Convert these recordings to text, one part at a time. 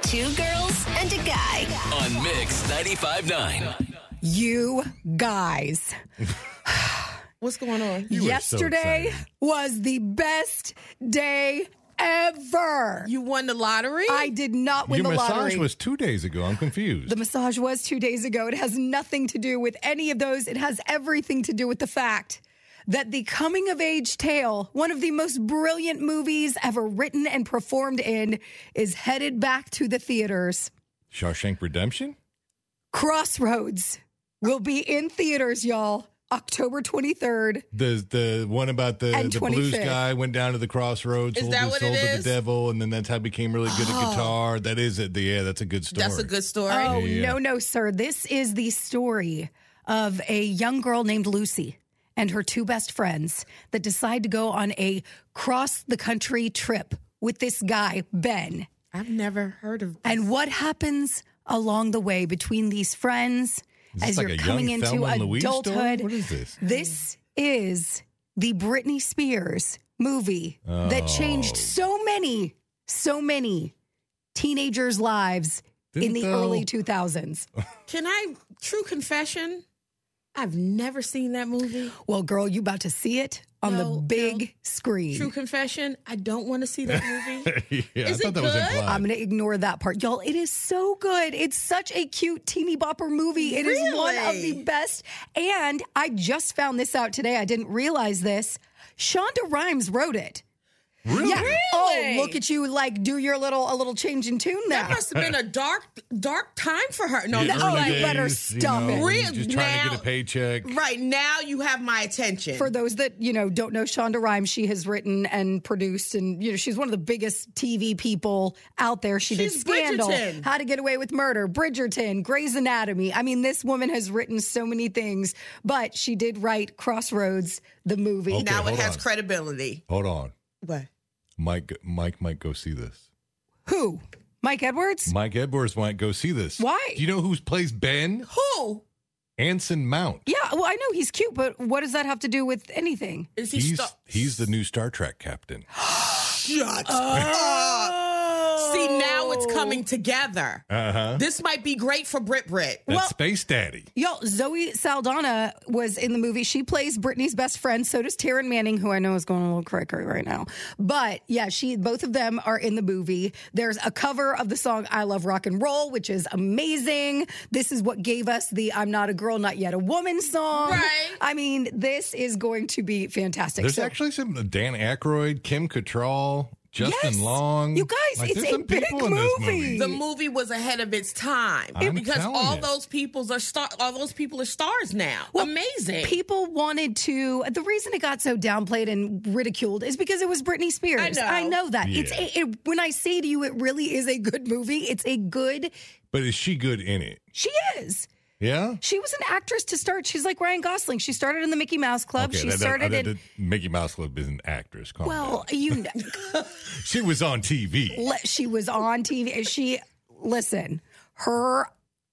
Two girls and a guy. on Mix 95.9. You guys. What's going on? You are so Yesterday excited. was the best day ever. You won the lottery? I did not win Your the massage lottery. was two days ago. I'm confused. the massage was two days ago. It has nothing to do with any of those. It has everything to do with the fact that The Coming of Age Tale, one of the most brilliant movies ever written and performed in, is headed back to the theaters. Shawshank Redemption? Crossroads will be in theaters, y'all, October 23rd. The the one about the, And the blues 25th. guy went down to the crossroads, Is sold that his what soul it to is? the devil, and then that's how he became really good at guitar. That is it. Yeah, that's a good story. That's a good story. Oh, Yeah. no, no, sir. This is the story of a young girl named Lucy and her two best friends that decide to go on a cross the country trip with this guy, Ben. I've never heard of And what happens along the way between these friends Is this as like you're a coming young into Thelma and Louise story? adulthood? What is this? This is the Britney Spears movie that changed Oh. so many, so many teenagers' lives in Didn't the though- early 2000s. Can I true confession? I've never seen that movie. Well, girl, you about to see it on No, the no. big screen. True confession, I don't want to see that movie. yeah, I Is thought it that was good? implied. I'm going to ignore that part. Y'all, it is so good. It's such a cute teeny bopper movie. It is one of the Really? best. And I just found this out today. I didn't realize this. Shonda Rhimes wrote it. really? Yeah. Oh, Really? look at you like do your little a little change in tune there. that must have been a dark dark time for her. No, The that's early oh, you like, better days, you stop know, it. when you're Real- Just trying to now- get a paycheck. right now you have my attention. For those that, you know, don't know Shonda Rhimes, she has written and produced and you know, she's one of the biggest TV people out there. She did She's Scandal, Bridgerton. How to Get Away with Murder, Bridgerton, Grey's Anatomy. I mean, this woman has written so many things, but she did write Crossroads the movie. Okay. now it hold has on. credibility. Hold on. What? Mike Mike might go see this. Who? Mike Edwards? Mike Edwards might go see this. Why? Do you know who plays Ben? Who Anson Mount. yeah, well, I know he's cute, but what does that have to do with anything? is he? He's sta- he's the new Star Trek captain. Shut up. See, now it's coming together. Uh-huh. This might be great for Brit Brit. That's Well- Space Daddy. Y'all, Zoe Saldana was in the movie. She plays Brittany's best friend. So does Taryn Manning, who I know is going a little cray-cray right now. But yeah, she both of them are in the movie. There's a cover of the song "I Love Rock and Roll," which is amazing. This is what gave us the "I'm Not a Girl, Not Yet a Woman" song. Right. I mean, this is going to be fantastic. There's So- actually some uh, Dan Aykroyd, Kim Cattrall, Justin Yes. Long. You guys, it's there's a some people big in this movie. The movie was ahead of its time I'm because telling all you. those peoples are star. All those people are stars now. Amazing. People wanted to. The reason it got so downplayed and ridiculed is because it was Britney Spears. I know. that. It's Yeah. a, it, when I say to you, it really is a good movie. It's a good. But is she good in it? She is. Yeah. She was an actress to start. She's like Ryan Gosling. She started in the Mickey Mouse Club. Okay, she that- that- started that- in. that- Mickey Mouse Club is an actress. Calm Well, down. you. she was on TV. le- she was on TV. She listen, her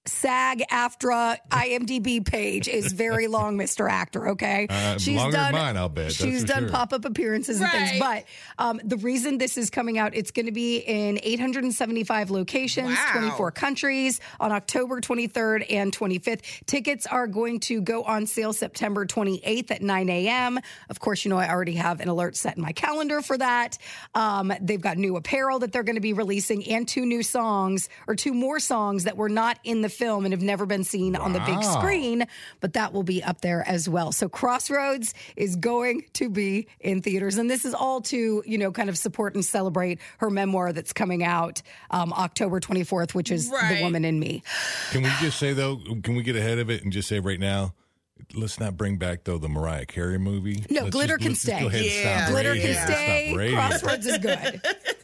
SAG AFTRA IMDb page is very long, Mr. Actor. Okay, Uh, longer than mine, I'll bet, that's She's for done sure. pop up appearances and things. But Right. um, the reason this is coming out, it's going to be in 875 locations, Wow. 24 countries on October 23rd and 25th. Tickets are going to go on sale September 28th at 9 a.m. Of course, you know, I already have an alert set in my calendar for that. Um, they've got new apparel that they're going to be releasing and two new songs or two more songs that were not in the film and have never been seen on the big Wow. screen, but that will be up there as well. So Crossroads is going to be in theaters. And this is all to, you know, kind of support and celebrate her memoir that's coming out um, October 24th, which is The Right. Woman in Me. Can we just say though? Can we get ahead of it and just say right now? Let's not bring back though the Mariah Carey movie. No, Let's glitter just- can let's just stay. go ahead and Yeah. stop Glitter right can here. Stop stay. right here. Crossroads is good.